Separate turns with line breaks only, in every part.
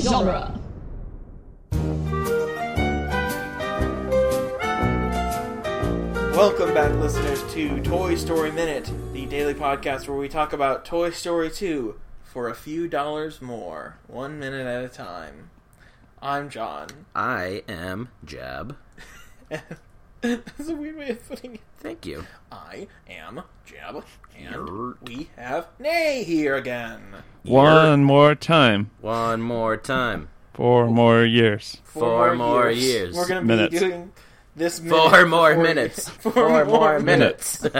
genre.
Welcome back, listeners, to Toy Story Minute, the daily podcast where we talk about Toy Story 2 for a few dollars more, one minute at a time. I'm John.
I am Jeb.
That's a weird way of putting it.
Thank you.
I am Jeb, and
Yurt.
we have Nay here again.
One more time.
One more time.
Four more years.
Four more years.
We're going to
Minutes.
be doing this minute
Four more
before we-
minutes. Four more minutes.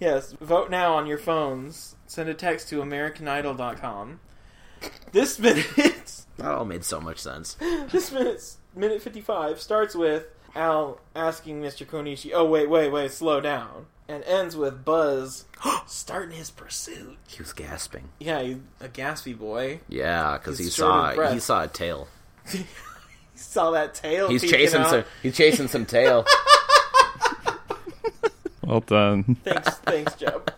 Yes, vote now on your phones. Send a text to AmericanIdol.com. This minute,
That all made so much sense.
this minute, minute fifty-five starts with Al asking Mr. Konishi, "Oh wait, wait, wait, slow down," and ends with Buzz starting his pursuit.
He was gasping.
Yeah, he, a gaspy boy.
Yeah, because he
He's short of
saw
breath.
he saw a tail.
he saw that tail.
He's
peeking
chasing
out.
some he's chasing some tail.
Well done.
Thanks, thanks, Job.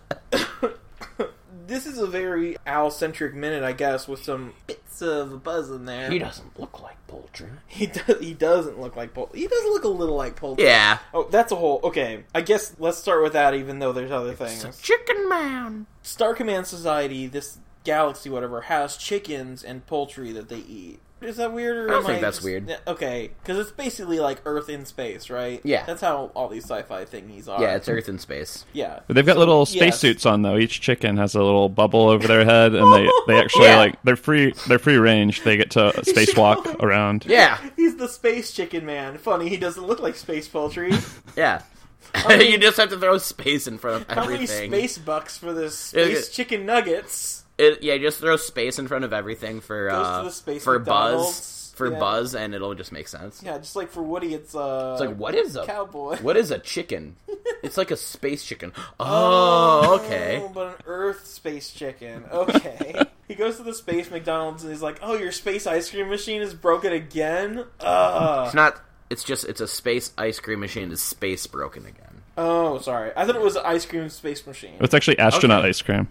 this is a very Al-centric minute, I guess, with some bits of Buzz in there.
doesn't look like poultry.
He does. He doesn't look like Pol. He does look a little like Pol.
Yeah.
Oh, that's a whole. Okay, I guess let's start with that. Even though there's other things.
chicken man.
Star Command Society, this galaxy, whatever, has chickens and poultry that they eat. Is that weird? Or
I don't
am
think that's
just-
weird.
Yeah, Okay, because it's basically like Earth in space, right?
Yeah.
that's how all these sci-fi thingies are.
Yeah, it's Earth in space.
yeah.
They've got little
yes.
spacesuits on though. Each chicken has a little bubble over their head, and they, they actually
Yeah.
like they're free they're free range. They get to spacewalk around.
Yeah.
He's the space chicken man. Funny, he doesn't look like space poultry.
Yeah.
many-
you just have to throw space in front of
How many
everything.
space bucks for this
Yeah,
space
yeah.
chicken nuggets?
It, yeah, just throw space in front of everything for
Goes
uh,
to the space
for
McDonald's.
buzz for
Yeah.
buzz, and it'll just make sense.
Yeah, just like for Woody, it's uh,
It's like what is a
cowboy.
what is a chicken? it's like a space chicken. Oh, okay.
Oh, but an Earth space chicken. Okay. he goes to the space McDonald's and he's like, "Oh, your space ice cream machine is broken again." Ugh.
It's not. It's just. It's a space ice cream machine. Is space broken again?
Oh, sorry. I thought it was an ice cream space machine.
It's actually astronaut ice cream.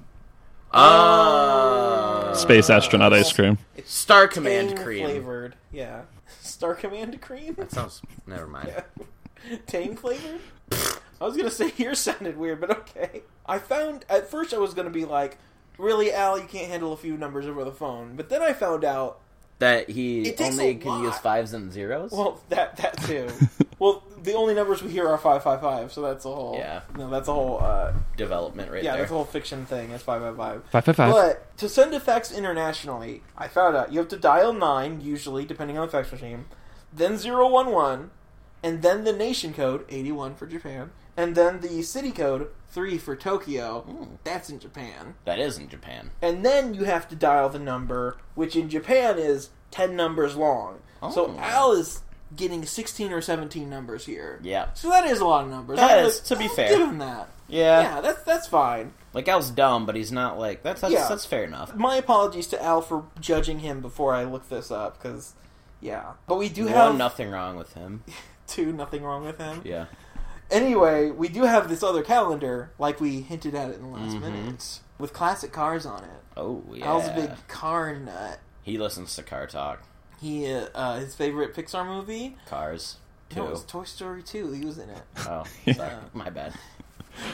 Oh,
Space astronaut ice cream.
Star Command
Tang
cream.
flavored. Yeah. Star Command cream.
That sounds. Never mind.
Tang flavored. I was gonna say yours sounded weird, but okay. I found at first I was gonna be like, "Really, Al? You can't handle a few numbers over the phone." But then I found out
That he
It takes
only
a
can
lot.
use fives and zeros.
Well, that that too. well, the only numbers we hear are five five five, so that's a whole
Yeah.
No, that's a whole uh,
Development right
yeah,
there.
that's a whole fiction thing. It's five five five.
Five five five.
But to send effects internationally, I found out you have to dial nine usually, depending on the fax machine, then zero one one, and then the nation code eighty one for Japan, and then the city code three for Tokyo.
Hmm.
That's in Japan,
that is in Japan.
and then you have to dial the number, which in Japan is ten numbers long. So
Oh.
Al is getting sixteen or seventeen numbers here.
Yeah.
So that is a lot of numbers.
That
I'll
is, to be
I'll
fair. Uh,
Give him that.
Yeah.
yeah, that's that's fine.
Like Al's dumb, but he's not like that's that's,
Yeah.
that's fair enough.
My apologies to Al for judging him before I looked this up because, yeah. But we do
One
have
nothing wrong with him.
two nothing wrong with him.
Yeah.
Anyway, we do have this other calendar, like we hinted at it in the last
Mm-hmm.
minute, with classic cars on it.
Oh yeah.
Al's a big car nut.
He listens to car talk.
He uh, uh, his favorite Pixar movie.
Cars. Two.
No, it was Toy Story two. He was in it.
Oh, sorry.
Yeah.
my bad.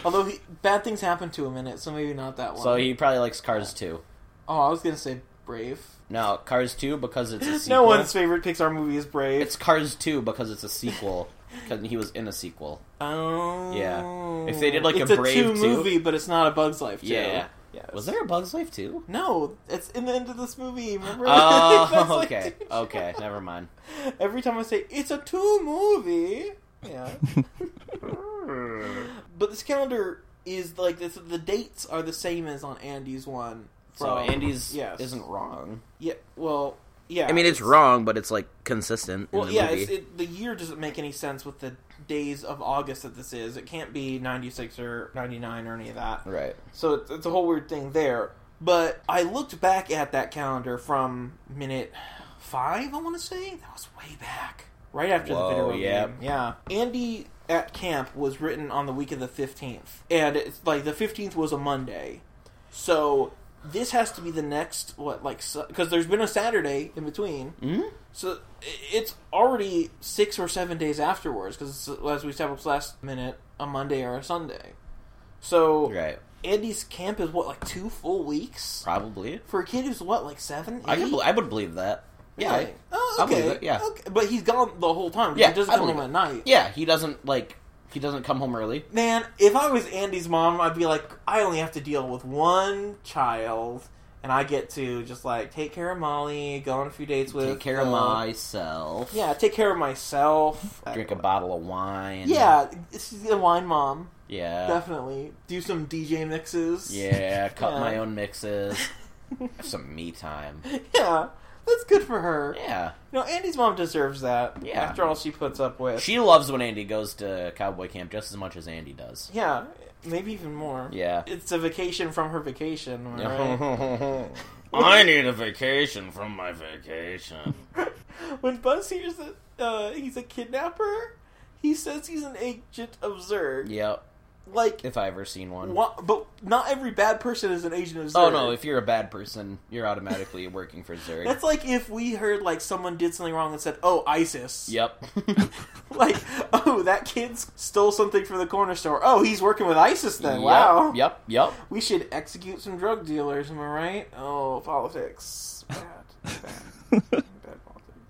Although he, bad things happened to him in it, so maybe not that one.
So he probably likes Cars two.
Oh, I was gonna say Brave.
No, Cars two because it's a sequel.
No one's favorite Pixar movie is Brave.
It's Cars two because it's a sequel. Because he was in a sequel.
oh,
Yeah. If they did, like, a
it's
Brave
two
too-
movie, but it's not a Bug's Life. Too.
Yeah.
Yes.
Was there a Bug's Life two?
No, it's in the end of this movie. Remember? That's
Oh,
like-
okay, okay, never mind.
Every time I say it's a two movie, yeah. but this calendar is like this, the dates are the same as on Andy's one.
So
from-
Andy's
yes.
isn't wrong.
Yeah. Well. Yeah.
I mean, it's wrong, but it's like consistent.
Well,
in the
yeah,
movie.
it's, it, the year doesn't make any sense with the days of August that this is. It can't be 96 or 99 or any of that.
right.
So it's, it's a whole weird thing there. But I looked back at that calendar from minute five, I want to say. That was way back. Right after
Whoa,
the video
yep.
game. Yeah. Andy at camp was written on the week of the 15th. And it's like the 15th was a Monday. So this has to be the next what like because there's been a Saturday in between,
Mhm.
so i- it's already six or seven days afterwards because as we said, it's last minute a Monday or a Sunday. So
Right.
Andy's camp is what like two full weeks
Probably.
for a kid who's what like seven.
I can.
eight?
bel I would believe that. Yeah.
Really? Oh,
I
okay.
believe it, yeah.
Okay. But he's gone the whole time. 'cause
Yeah,
he doesn't
I
come
believe
home at night.
yeah. He doesn't like. He doesn't come home early.
Man, if I was Andy's mom, I'd be like, I only have to deal with one child, and I get to just like take care of Molly, go on a few dates with,
Take care
uh,
of myself.
yeah, take care of myself, Uh,
Drink a bottle of wine.
yeah, she's a wine mom,
Yeah.
definitely. Do some DJ mixes,
Yeah. Cut
Yeah.
my own mixes. Have some me time.
yeah. That's good for her.
Yeah.
You know, Andy's mom deserves that.
Yeah.
After all she puts up with.
She loves when Andy goes to cowboy camp just as much as Andy does.
yeah. Maybe even more.
Yeah.
It's a vacation from her vacation, am I right?
I need a vacation from my vacation.
when Buzz hears that uh, he's a kidnapper, he says he's an agent of Zerg.
Yep.
Like,
If I ever seen one.
wha- but not every bad person is an agent of Zerg.
Oh no! If you're a bad person, you're automatically working for Zurich.
that's like if we heard like someone did something wrong and said, "Oh, ISIS."
Yep.
Like, oh, that kid stole something from the corner store. Oh, he's working with ISIS then. Wow.
Yep. Yep.
We should execute some drug dealers. Am I right? Oh, politics. Bad. Bad. bad politics.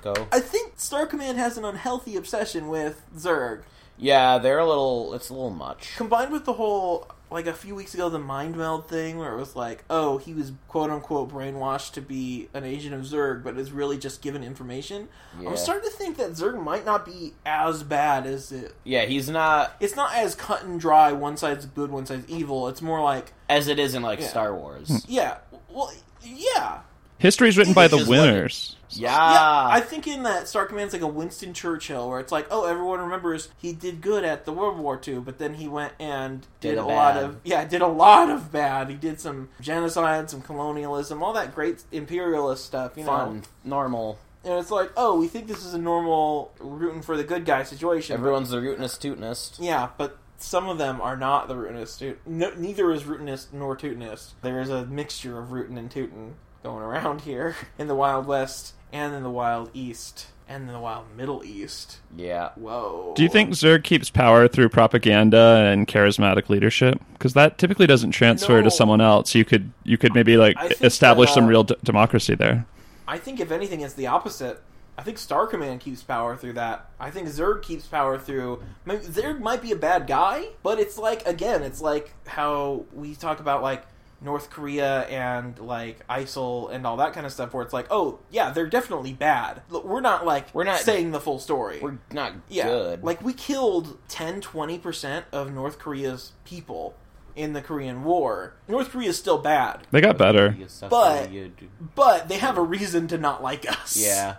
Politico.
I think Star Command has an unhealthy obsession with Zerg.
Yeah, they're a little. It's a little much.
combined with the whole like a few weeks ago the mind meld thing where it was like oh he was quote unquote brainwashed to be an agent of zerg but is really just given information
Yeah.
i'm starting to think that zerg might not be as bad as it
Yeah, he's not
it's not as cut and dry one side's good one side's evil it's more like
as it is in like
Yeah.
Star
Hmm.
Wars.
yeah well yeah
History's written by the
Just like-
winners.
yeah, I
yeah.
think in that Star Command's like a Winston Churchill, where it's like, oh, everyone remembers he did good at the World War II, but then he went and did,
Did
a
a
lot
bad.
of yeah, did a lot of bad. He did some genocide, some colonialism, all that great imperialist stuff, you
Fun, normal.
know. And it's like, oh, we think this is a normal rooting for the good guy situation.
Everyone's the rootinest tootinest.
yeah, but some of them are not the rootinest. toot- No, neither is rootinist nor tootinist. There is a mixture of rootin and tootin going around here in the Wild West and in the Wild East and in the Wild Middle East.
Yeah.
Whoa.
Do you think Zerg keeps power through propaganda and charismatic leadership? Because that typically doesn't transfer
No.
to someone else. You could you could maybe like
I think
establish
that, uh,
some real d- democracy there.
I think if anything, it's the opposite. I think Star Command keeps power through that. I think Zerg keeps power through. I mean, Zerg might be a bad guy, but it's like again, it's like how we talk about like North Korea and like ISIL and all that kind of stuff, where it's like, oh yeah, they're definitely bad. Look, We're not like
We're not-
saying the full story.
We're not
yeah,
good.
like we killed 10 20 percent of North Korea's people in the Korean War. North Korea's still bad,
They got better,
You suffer,
but-
you do-
but they have a reason to not like us.
yeah.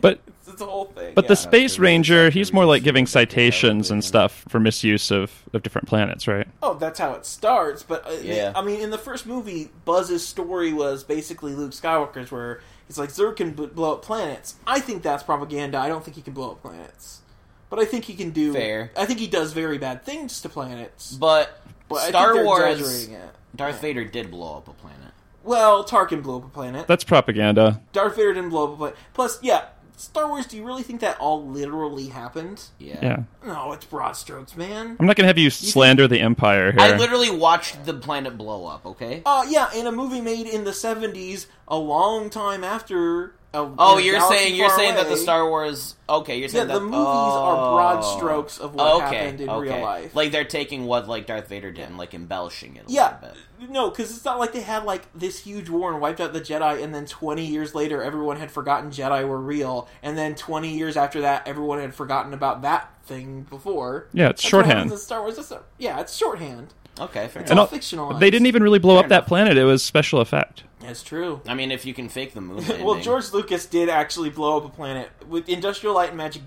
but
It's a whole thing.
but
yeah.
the Space
the reason-
Ranger,
that's the
he's more like
reason
giving
that they have
citations
everything.
and stuff for misuse of of different planets, right?
oh, that's how it starts. But uh,
Yeah.
I mean, in the first movie, Buzz's story was basically Luke Skywalker's, where he's like Zerg can b- blow up planets. I think that's propaganda. I don't think he can blow up planets, but I think he can do.
Fair.
I think he does very bad things to planets.
But,
But I think
Star
they're
Wars.
exaggerating it.
Darth Vader did blow up a planet.
Well, Tarkin blew up a planet.
That's propaganda.
Darth Vader didn't blow up a planet. Plus, yeah, Star Wars. Do you really think that all literally happened?
Yeah.
Yeah,
No, it's broad strokes, man.
I'm not gonna have you slander the Empire here.
I literally watched the planet blow up. Okay.
Uh, yeah, in a movie made in the seventies, a long time after. A,
Oh,
a
you're
galaxy
saying you're
far
saying that the
away.
Star Wars. Okay, you're
Yeah,
saying
the
that
movies
oh.
are broad strokes of what
okay,
happened in
okay.
real life.
Like they're taking what like Darth Vader did and like embellishing it. A
yeah,
little bit.
no, because it's not like they had like this huge war and wiped out the Jedi, and then twenty years later, everyone had forgotten Jedi were real, and then twenty years after that, everyone had forgotten about that thing before.
Yeah, it's
That's what
shorthand.
happens in Star Wars. That's not- yeah, it's shorthand.
Okay, fair
It's
enough.
all
all-
fictionalized.
They didn't even really blow
Fair
up that
enough.
planet. It was special effect.
That's true.
I mean, if you can fake the moon landing.
Well, George Lucas did actually blow up a planet with Industrial Light and Magic.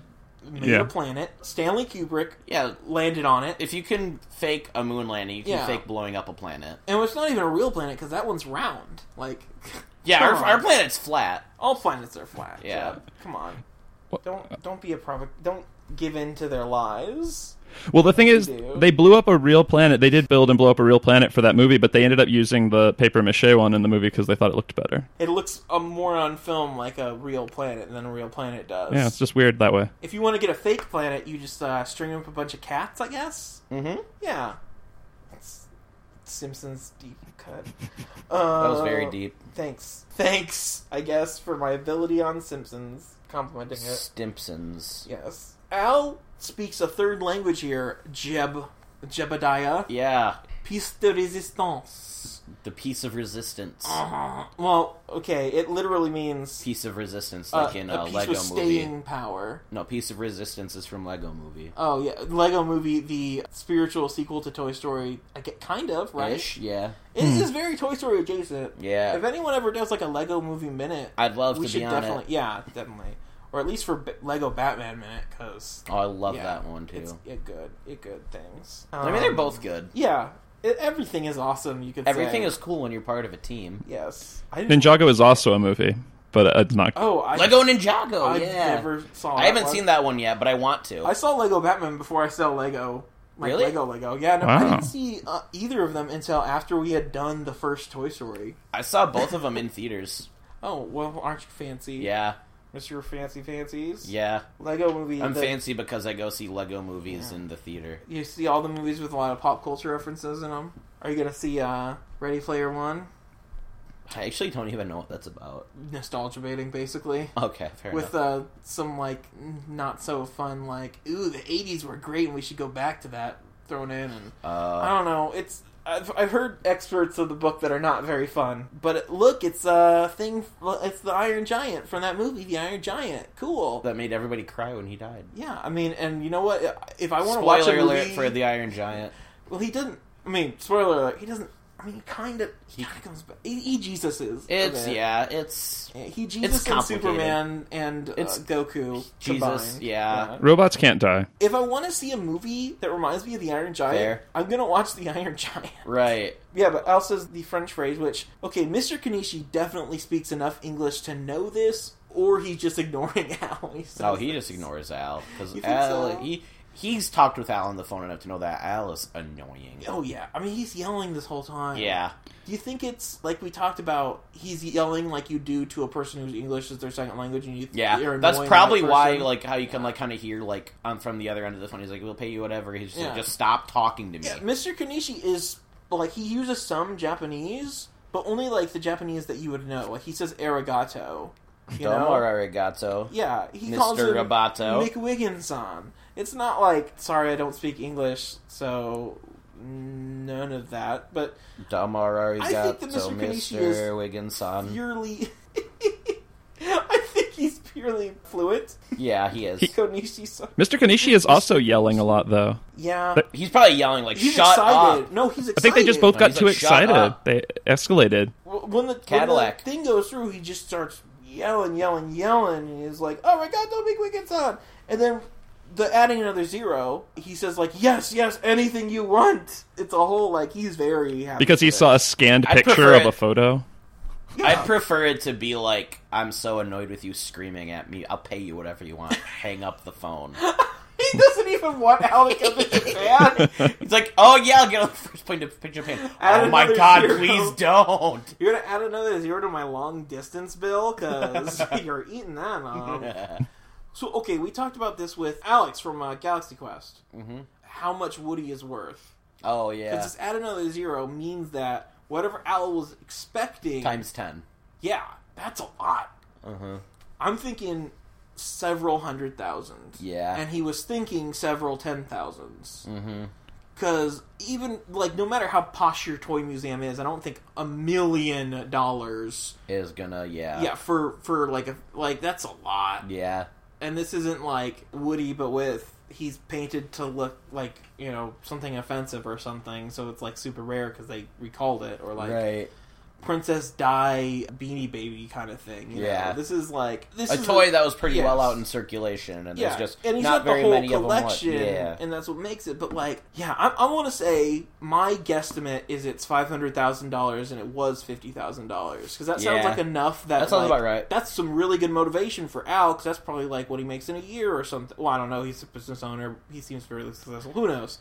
Made
Yeah.
a planet. Stanley Kubrick
Yeah,
landed on it,
if you can fake a moon landing, you can
Yeah.
fake blowing up a planet.
and it's not even a real planet because that one's round. Like,
Yeah,
come
our,
on.
our planet's flat.
all planets are flat.
Yeah.
Jeff. come on,
What-
don't don't be a provo- don't give in to their lies.
Well, the thing is,
do.
they blew up a real planet. They did build and blow up a real planet for that movie, but they ended up using the paper mache one in the movie because they thought it looked better.
It looks uh, more on film like a real planet than a real planet does.
Yeah, it's just weird that way.
If you want to get a fake planet, you just uh, string up a bunch of cats, I guess.
Mm-hmm.
Yeah. It's Simpsons deep cut. Uh,
That was very deep.
Thanks. Thanks, I guess, for my ability on Simpsons. Complimenting it.
Stimpsons.
Yes. Al speaks a third language here. Jeb. Jebediah.
Yeah,
Piece de resistance.
the piece of resistance.
Uh-huh. Well, okay, it literally means
Piece of resistance,
uh,
like in a,
a piece
Lego
with
movie.
staying power.
No, piece of resistance is from Lego movie.
Oh yeah, Lego Movie, the spiritual sequel to Toy Story. I get kind of right.
Ish, yeah,
It is very Toy Story adjacent.
yeah.
If anyone ever does like a Lego Movie minute,
I'd love
we
to be
should
on
definitely,
it.
yeah, definitely, or at least for B- Lego Batman minute because
Oh, I love
Yeah,
that one too.
it's it good, it good things.
I mean, they're
Um,
both good.
yeah. It, everything is awesome. You could
Everything
say.
is cool when you're part of a team.
yes. I didn't.
Ninjago is also a movie, but it's not.
oh, I
Lego Ninjago.
I
yeah,
never saw.
I haven't
one.
seen that one yet, but I want to.
I saw Lego Batman before I saw Lego. Like
Really?
Lego Lego. Yeah, no, I
Wow.
didn't see uh, either of them until after we had done the first Toy Story.
I saw both of them in theaters.
Oh, well, aren't you fancy?
Yeah,
Mr. Fancy Fancies?
yeah.
Lego movie.
I'm
that-
fancy because I go see Lego movies in the theater.
You see all the movies with a lot of pop culture references in them. Are you going to see uh, Ready Player One?
I actually don't even know what that's about.
Nostalgia baiting, basically.
Okay, fair
With
enough.
uh, some, like, n- not so fun, like, ooh, the 80s were great and we should go back to that thrown in and I
uh,
don't know. It's I've, I've heard experts of the book that are not very fun, but it, look, it's a thing. It's the Iron Giant from that movie, The Iron Giant. Cool.
that made everybody cry when he died.
Yeah, I mean, and you know what? If I want to
Spoiler
watch a movie,
alert for the Iron Giant.
well, he doesn't. I mean, spoiler alert. He doesn't. I mean, kind of. He kind of comes back. He, he Jesus is. a
It's
bit.
yeah, it's
He Jesus and
complicated.
Superman and uh,
It's-
Goku.
Jesus,
combined.
yeah.
Robots can't die.
If I want to see a movie that reminds me of the Iron Giant,
Fair.
I'm gonna watch the Iron Giant.
right.
Yeah, but Al says the French phrase, which, okay, Mr. Kanishi definitely speaks enough English to know this, or he's just ignoring Al. He says
Oh, he
this.
just ignores Al because
You think
Al
so?
he he's talked with Al on the phone enough to know that Al is annoying.
Oh, yeah. I mean, he's yelling this whole time.
Yeah,
Do you think it's like we talked about, he's yelling like you do to a person whose English is their second language and you
yeah.
you're
That's
annoying
probably
that
why,
person?
like, how you can like kind of hear like I'm from the other end of the phone. He's like, "We'll pay you whatever." He's just like,
Yeah.
"Just stop talking to me."
Yeah, Mr. Kanishi is, like, he uses some Japanese, but only, like, the Japanese that you would know. Like, he says arigato. You know?
Domo arigato.
Yeah, he calls
Mr.
him
uh, Roboto.
McWigginson. It's not like sorry I don't speak English, so none of that. But
Domo
I think that
arigato,
Mr. Kanishi is
Mr. Wigginson.
purely, I think he's purely fluent.
Yeah, he is.
Konishi,
Mr. Kanishi is also yelling a lot, though.
yeah,
But-
He's probably yelling like,
he's
"Shut
excited.
up!"
No, he's excited.
I think they just both
No,
got
he's
too
like, "Shut
excited.
up."
They escalated.
when the, when
Cadillac.
the thing goes through, he just starts yelling, yelling, yelling, and he's like, "Oh my god, don't make Wicket's on!" And then the adding another zero, he says like, "Yes, yes, anything you want." It's a whole like he's very happy
Because he
with it.
saw a scanned
I'd
picture
prefer
of a
it.
photo.
Yeah.
I'd prefer it to be like, "I'm so annoyed with you screaming at me. I'll pay you whatever you want. Hang up the phone."
He doesn't even want Al to come to Japan.
He's like, "Oh yeah, I'll get on the first plane to picture Japan."
Add
Oh my
another
god,
zero.
please don't.
You're gonna add another zero to my long distance bill because you're eating that up. So okay, we talked about this with Alex from uh, Galaxy Quest.
hmm
How much Woody is worth?
Oh
Because
yeah,
just add another zero means that whatever Al was expecting,
times 10
yeah, that's a lot.
Uh-huh.
I'm thinking several hundred thousand.
Yeah.
and he was thinking several ten thousands.
Mm-hmm.
Because even like no matter how posh your toy museum is, I don't think a million dollars.
Is gonna yeah
Yeah, for for like a like that's a lot.
yeah.
And this isn't like Woody, but with he's painted to look like you know something offensive or something, so it's like super rare because they recalled it or like
right.
princess die beanie baby kind of thing. you know?
Yeah.
this is like this
a
is
toy that was pretty well
yes.
out in circulation, and
yeah,
there's just
and he's got
not
the
very
whole
many
collection,
of them. left. Yeah,
and that's what makes it. But like, yeah, I, I want to say my guesstimate is it's five hundred thousand dollars, and it was fifty thousand dollars because that sounds
Yeah.
like enough. That
that sounds
like,
about right.
That's some really good motivation for Al because that's probably like what he makes in a year or something. Well, I don't know. He's a business owner. He seems very successful. Who knows?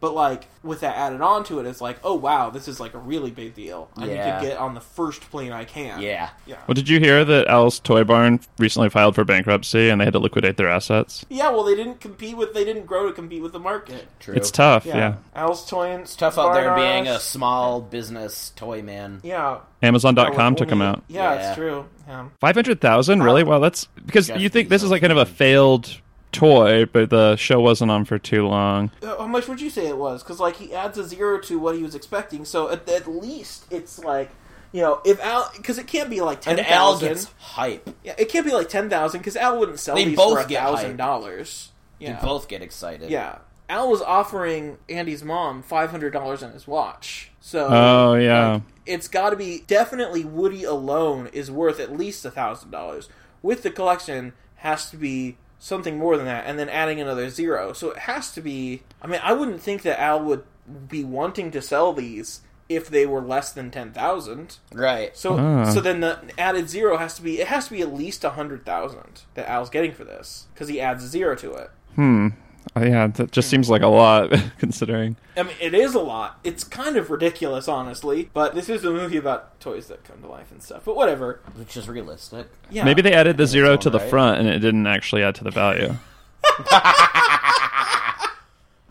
But like with that added on to it, it's like, oh wow, this is like a really big deal. I
Yeah.
need to get on the first plane I can.
Yeah,
yeah.
Well, did you hear that Al's Toy Barn recently filed for bankruptcy and they had to liquidate their assets?
Yeah, well, they didn't compete with. They didn't grow to compete with the market.
true.
It's tough, yeah.
Al's Toy.
It's tough out there being a small business toy man.
Yeah.
Amazon.com took them
Only-
out.
Yeah,
Yeah.
it's true. Yeah.
Five hundred thousand, really? Well, that's because
Jeff
you think this is like kind of a
Bezos.
failed toy, but the show wasn't on for too long.
Uh, How much would you say it was? Because like he adds a zero to what he was expecting, so at, at least it's like you know if Al because it can't be like ten
And Al
thousand.
gets hype.
Yeah, it can't be like ten thousand because Al wouldn't sell
They
these
both
for a
get
thousand
hyped.
dollars.
They
Yeah,
both get excited.
yeah. Al was offering Andy's mom five hundred dollars on his watch, so
Oh yeah,
Like, it's got to be definitely Woody alone is worth at least a thousand dollars. With the collection, has to be something more than that, and then adding another zero. So it has to be. I mean, I wouldn't think that Al would be wanting to sell these if they were less than ten thousand.
Right.
So
Ah.
so then the added zero has to be. It has to be at least a hundred thousand that Al's getting for this because he adds a zero to it.
hmm. Oh, yeah, that just seems like a lot considering.
I mean, it is a lot. It's kind of ridiculous, honestly. But this is a movie about toys that come to life and stuff. But whatever.
Which is realistic.
Yeah.
Maybe they added the zero
it's
to the
alright.
front and it didn't actually add to the value.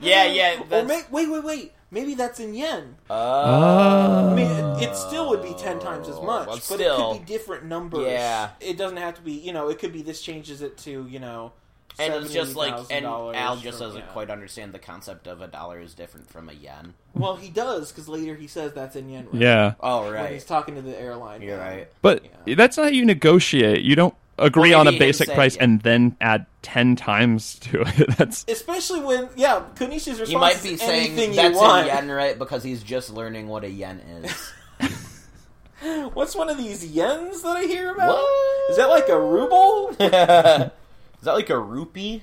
Yeah, yeah.
Or
That's,
may, wait, wait, wait. Maybe that's in yen.
Oh.
Uh, I mean, it, it still would be ten times as much,
Well,
but
still.
it could be different numbers.
Yeah.
it doesn't have to be. You know, it could be this changes it to you know.
and it's just like, and
$70,000
Al just
from-
doesn't
yeah.
quite understand the concept of a dollar is different from a yen.
Well, he does because later he says that's in yen. right?
Yeah,
Oh,
when he's
right.
talking to the airline.
You're
yeah.
right.
but
Yeah.
that's not how you negotiate. You don't agree
Well,
on a
maybe him
basic
saying-
price and then add ten times to it. That's
Especially when, yeah, Kunishi's response
He might be
is
saying
anything
that's
you want.
a yen, right? Because he's just learning what a yen is.
What's one of these yens that I hear about?
What?
Is that like a ruble?
is that like a rupee?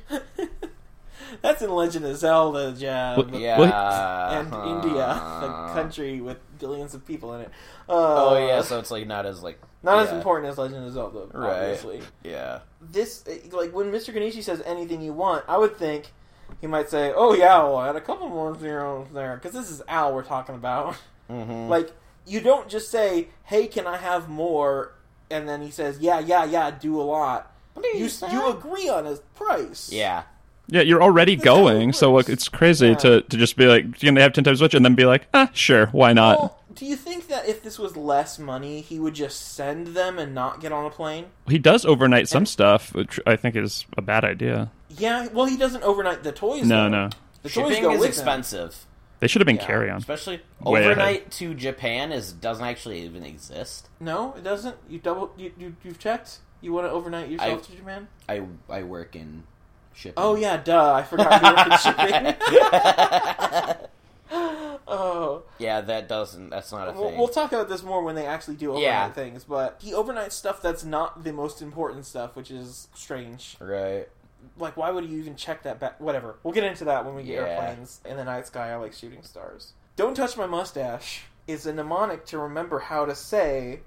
That's in Legend of Zelda, Jeb.
Well,
Yeah. uh-huh.
and
huh.
India, the country with billions of people in it. Uh,
Oh yeah, so it's like not as like
not as
yeah,
important as Legend of Zelda,
Right.
obviously.
Yeah.
This, eh, like, when Mr. Ganeshi says anything you want, I would think he might say, "Oh yeah, well, I had a couple more zeros there," because this is Al we're talking about.
Mm-hmm.
like, you don't just say, "Hey, can I have more?" And then he says, "Yeah, yeah, yeah, do a lot." You you agree on his price.
yeah.
yeah, you're already
That's how it
going. So
works.
look, it's crazy
Yeah.
to to just be like, you know, they have ten times as much, and then be like, ah, sure, why not?
Well, do you think that if this was less money, he would just send them and not get on a plane?
He does overnight some stuff, which I think is a bad idea.
Yeah, well, he doesn't overnight the toys.
No,
though.
no.
the toys
Shipping
go
is
with
expensive.
They should have been
Yeah.
carry on.
Especially
Way ahead.
overnight to Japan is doesn't actually even exist.
Them. No, it doesn't. You double. You, you you've checked. You want to overnight yourself to Japan?
I I work in shipping.
Oh yeah, duh. I forgot you were in shipping. oh,
yeah, that doesn't that's not a
we'll,
thing.
we'll talk about this more when they actually do overnight
Yeah.
things. But he overnights stuff that's not the most important stuff, which is strange.
right.
Like, why would you even check that back? Whatever. We'll get into that when we get
Yeah.
airplanes in the night sky. I like shooting stars. Don't touch my mustache is a mnemonic to remember how to say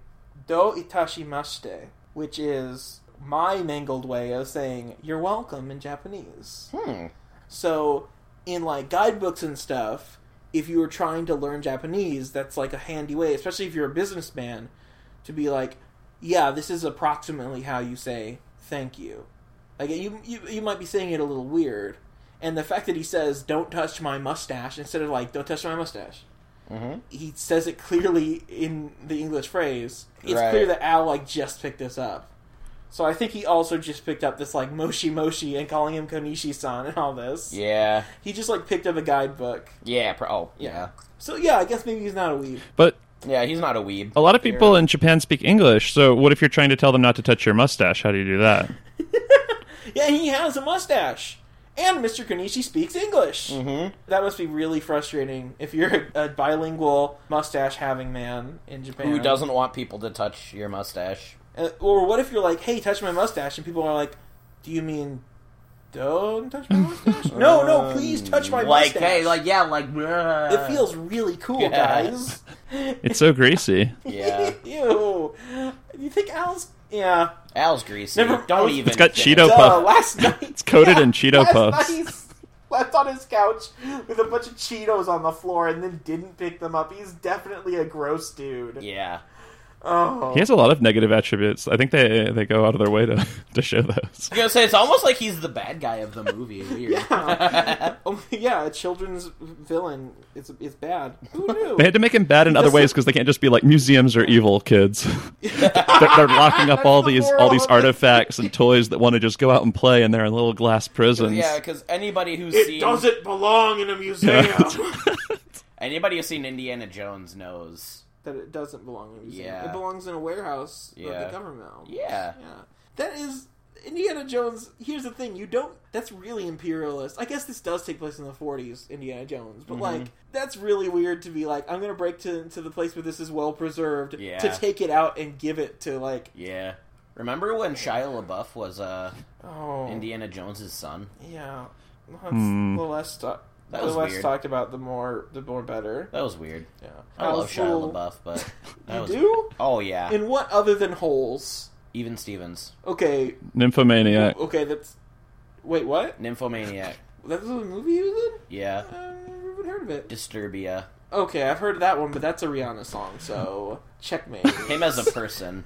do itashimashite, which is my mangled way of saying you're welcome in Japanese.
Hmm.
So, in like guidebooks and stuff, if you were trying to learn Japanese, that's like a handy way, especially if you're a businessman, to be like, yeah, this is approximately how you say thank you. Like you, you, you might be saying it a little weird, and the fact that he says "don't touch my mustache" instead of like "don't touch my mustache,"
Mm-hmm.
he says it clearly in the English phrase. It's
Right.
clear that Al like just picked this up. So I think he also just picked up this like Moshi Moshi and calling him Konishi-san and all this.
Yeah.
He just like picked up a guidebook.
Yeah. Pro- oh yeah.
So yeah, I guess maybe he's not a weeb.
But
Yeah. He's not a weeb.
a lot of people in Japan speak English, so what if you're trying to tell them not to touch your mustache? How do you do that?
Yeah, he has a mustache. and Mr. Konishi speaks English.
Mm-hmm.
That must be really frustrating if you're a, a bilingual mustache having man in Japan.
Who doesn't want people to touch your mustache?
Uh, or what if you're like, hey, touch my mustache, and people are like, do you mean don't touch my mustache? no, no, please touch my
like,
mustache.
hey, like, yeah, like, bruh.
it feels really cool,
Yeah.
guys.
It's so greasy.
Yeah.
Ew. You think Al's? Yeah.
Al's greasy.
Never-
Don't even.
It's got
think.
Cheeto-
Duh,
Puff.
last night. It's
coated in Cheeto Puffs.
Left on his couch with a bunch of Cheetos on the floor and then didn't pick them up. He's definitely a gross dude.
Yeah.
Oh,
He has a lot of negative attributes. I think they they go out of their way to, to show those.
I was gonna say it's almost like he's the bad guy of the movie. Weird.
yeah. Oh, yeah, a children's villain. It's it's bad. Who knew?
They had to make him bad in other
That's the-
ways because they can't just be like museums are evil kids. they're, they're locking up all
That's the
these all
moral
these
of it.
artifacts and toys that want to just go out and play, and they're in little glass prisons.
yeah, because anybody who's seen
belong in a museum.
Yeah.
anybody who's seen Indiana Jones knows.
that it doesn't belong in a museum.
Yeah.
It belongs in a warehouse of
Yeah.
the government. almost.
Yeah.
Yeah. That is Indiana Jones. Here's the thing: you don't. That's really imperialist. I guess this does take place in the 40s, Indiana Jones,
Mm-hmm.
but like that's really weird to be like, I'm gonna break to to the place where this is well preserved
Yeah.
to take it out and give it to like
Yeah. Remember when Shia LaBeouf was uh,
oh
Indiana Jones' son?
yeah. That's
Hmm.
The less talk,
That
the
was
less
weird.
talked about, the more the more better.
That was weird.
Yeah.
I love Shia
Houseful-
LaBeouf, but that
You
was
do?
oh yeah,
In what other than holes?
even Stevens,
Okay,
Nymphomaniac.
Okay, that's. Wait, what?
Nymphomaniac,
That was a movie he was in?
yeah,
I never even heard of it.
Disturbia.
Okay, I've heard of that one, but that's a Rihanna song, so checkmate.
Him as a person,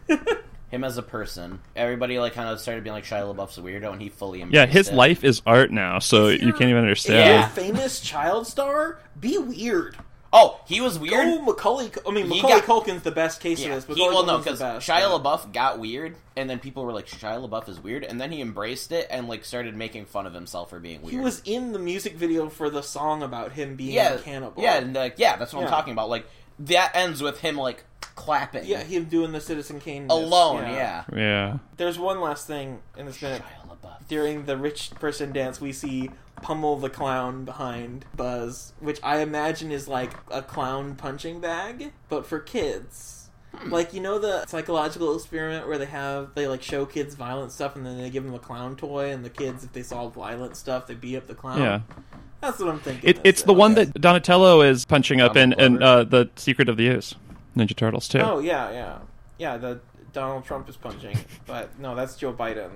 him as a person. Everybody like kind of started being like Shia LaBeouf's a weirdo, and he fully
Yeah,
embraced
his
it.
life is art now, so
If
you
you're-
can't even understand.
If you're
Yeah.
a famous child star, be weird.
Oh, he was weird.
Go Macaulay. I mean,
He
Macaulay
got-
Culkin's the best case
Yeah,
of this.
he,
Macaulay
well, no,
Culkin's the
because
best,
Shia LaBeouf got weird, and then people were like, "Shia LaBeouf is weird," and then he embraced it and like started making fun of himself for being
but
weird.
He was in the music video for the song about him being
yeah,
a cannibal.
yeah, and like yeah, that's what
Yeah.
I'm talking about. Like that ends with him like clapping,
yeah, him doing the Citizen Kane
alone. Yeah,
Yeah.
There's one last thing in this minute.
Shia LaBeouf.
during the rich person dance, we see Pummel the clown behind Buzz, which I imagine is like a clown punching bag, but for kids. Like you know the psychological experiment where they have they like show kids violent stuff and then they give them a clown toy and the kids if they solve violent stuff they beat up the clown.
Yeah.
Oh. that's what I'm thinking.
It, it's the one that Donatello is punching up in,
Donald
in uh, the Secret of the Ooze, Ninja Turtles too.
Oh yeah, yeah, yeah. The Donald Trump is punching, but no, that's Joe Biden.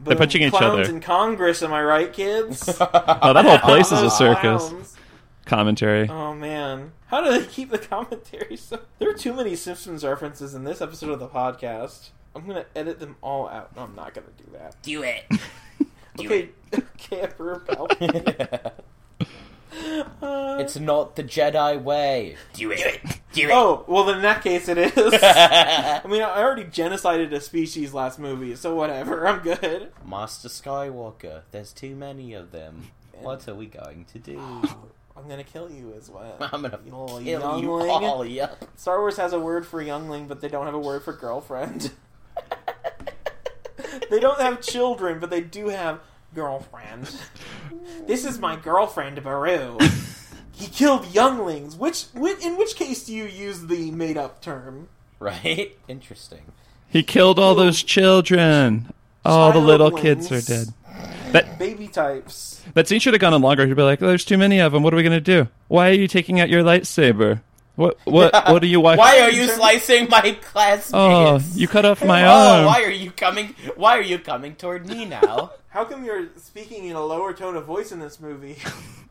Boom.
punching each
Clowns
other.
in Congress, am I right, kids?
Oh, that whole place is a
Clowns.
circus. Commentary.
uh, Oh man, how do they keep the commentary so? There are too many Simpsons references in this episode of the podcast. I'm gonna edit them all out. No, I'm not gonna do that.
Do it. Do
Okay, okay, Emperor Palpatine.
it.
Uh,
it's not the Jedi way. Do it. Do it. Oh.
oh
Do
well, then in that case, it is. I
it.
mean, I already genocided a species last movie, so whatever. I'm good.
Master Skywalker, there's too many of them. What are we going to do?
I'm gonna kill you as well.
I'm gonna
You little
kill you all. Yep.
Star Wars has a word for youngling, but they don't have a word for girlfriend. they don't have children, but they do have girlfriend. this is my girlfriend, Baru. he killed younglings. Which, which, in which case do you use the made-up term?
Right? Interesting.
He killed all those children. All the
Child
little
wings.
kids are dead. That
Baby types.
that scene should have gone on longer. He'd be like, "There's too many of them. What are we gonna do? Why are you taking out your lightsaber? What what what are you watching?
Why are you slicing my classmates?
Oh, you cut off my
Oh,
arm.
why are you coming? Why are you coming toward me now?
How come you're speaking in a lower tone of voice in this movie?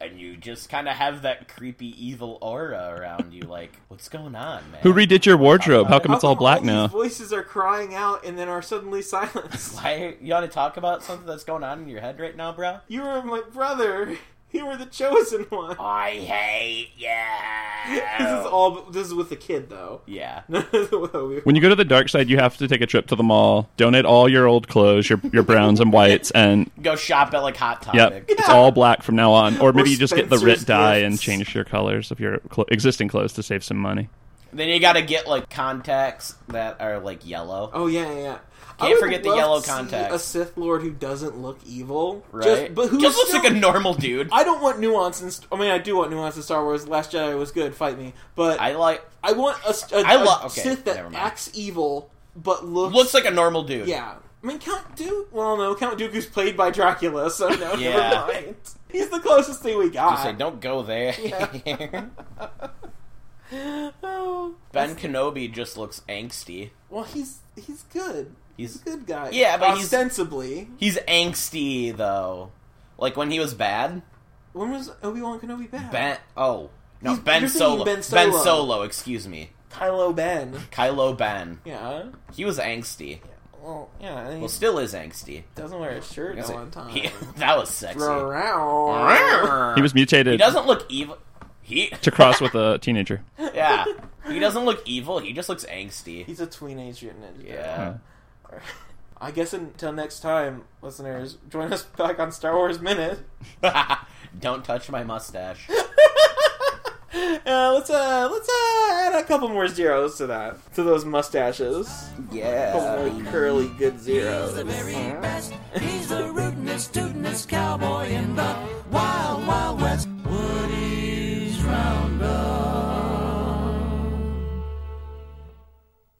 and you just kind of have that creepy evil aura around you. Like, what's going on, man?
Who redid your wardrobe? How come
How
it's all black
these
now?
Voices are crying out and then are suddenly silenced.
Why you want to talk about something that's going on in your head right now, bro?
You were my brother. You were the chosen one.
I hate you.
This is all. This is with the kid though. Oh,
Yeah.
When you go to the dark side, you have to take a trip to the mall, donate all your old clothes, your your browns and whites, and
Go shop at like Hot Topic.
Yep, it's all black from now on. Or maybe
Or
you just get the writ
Spencer's
dye
gifts.
and change your colors of your cl- existing clothes to save some money.
Then you gotta get like contacts that are like yellow.
Oh yeah, yeah. yeah. I
Can't
would
forget the
love
yellow
to see
contacts.
A Sith Lord who doesn't look evil,
Right?
Just, but who
Just looks
still,
like a normal dude.
I don't want nuance in. St- I mean, I do want nuance in Star Wars. Last Jedi was good. Fight me, but I,
I like
want a, st- a-
I
a
lo- okay,
Sith that
never mind.
acts evil but looks
looks like a normal dude.
yeah. I mean, Count Duke. Well, no, Count Dooku's played by Dracula, so no,
Yeah.
never mind. He's the closest thing we
You say
got.
don't go there.
Yeah. oh,
ben Kenobi just looks angsty.
well, he's he's good. He's,
He's-
a good guy.
Yeah, but he's-
ostensibly.
He's angsty though. Like when he was bad,
When was Obi Wan Kenobi back?
Ben. Oh no,
He's-
ben,
you're thinking
Solo.
Ben
ben
Solo.
Solo. Excuse me,
Kylo Ben.
Kylo Ben.
Yeah.
He was angsty.
Well, yeah, and he
Well, still is angsty.
doesn't wear a shirt
That's
at
it.
one time.
He- that was sexy.
Around.
He was
He
mutated
doesn't look evil. He
to cross with a teenager.
yeah. He doesn't look evil. He just looks angsty.
He's a teenager ninja.
Yeah.
I guess until next time, listeners, join us back on Star Wars Minute.
Don't touch my mustache.
Uh, let's uh, let's uh, add a couple more zeros to that, to those mustaches.
Yeah. Uh,
Couple more curly good
He's
zeros. Uh-huh.
the very best. He's the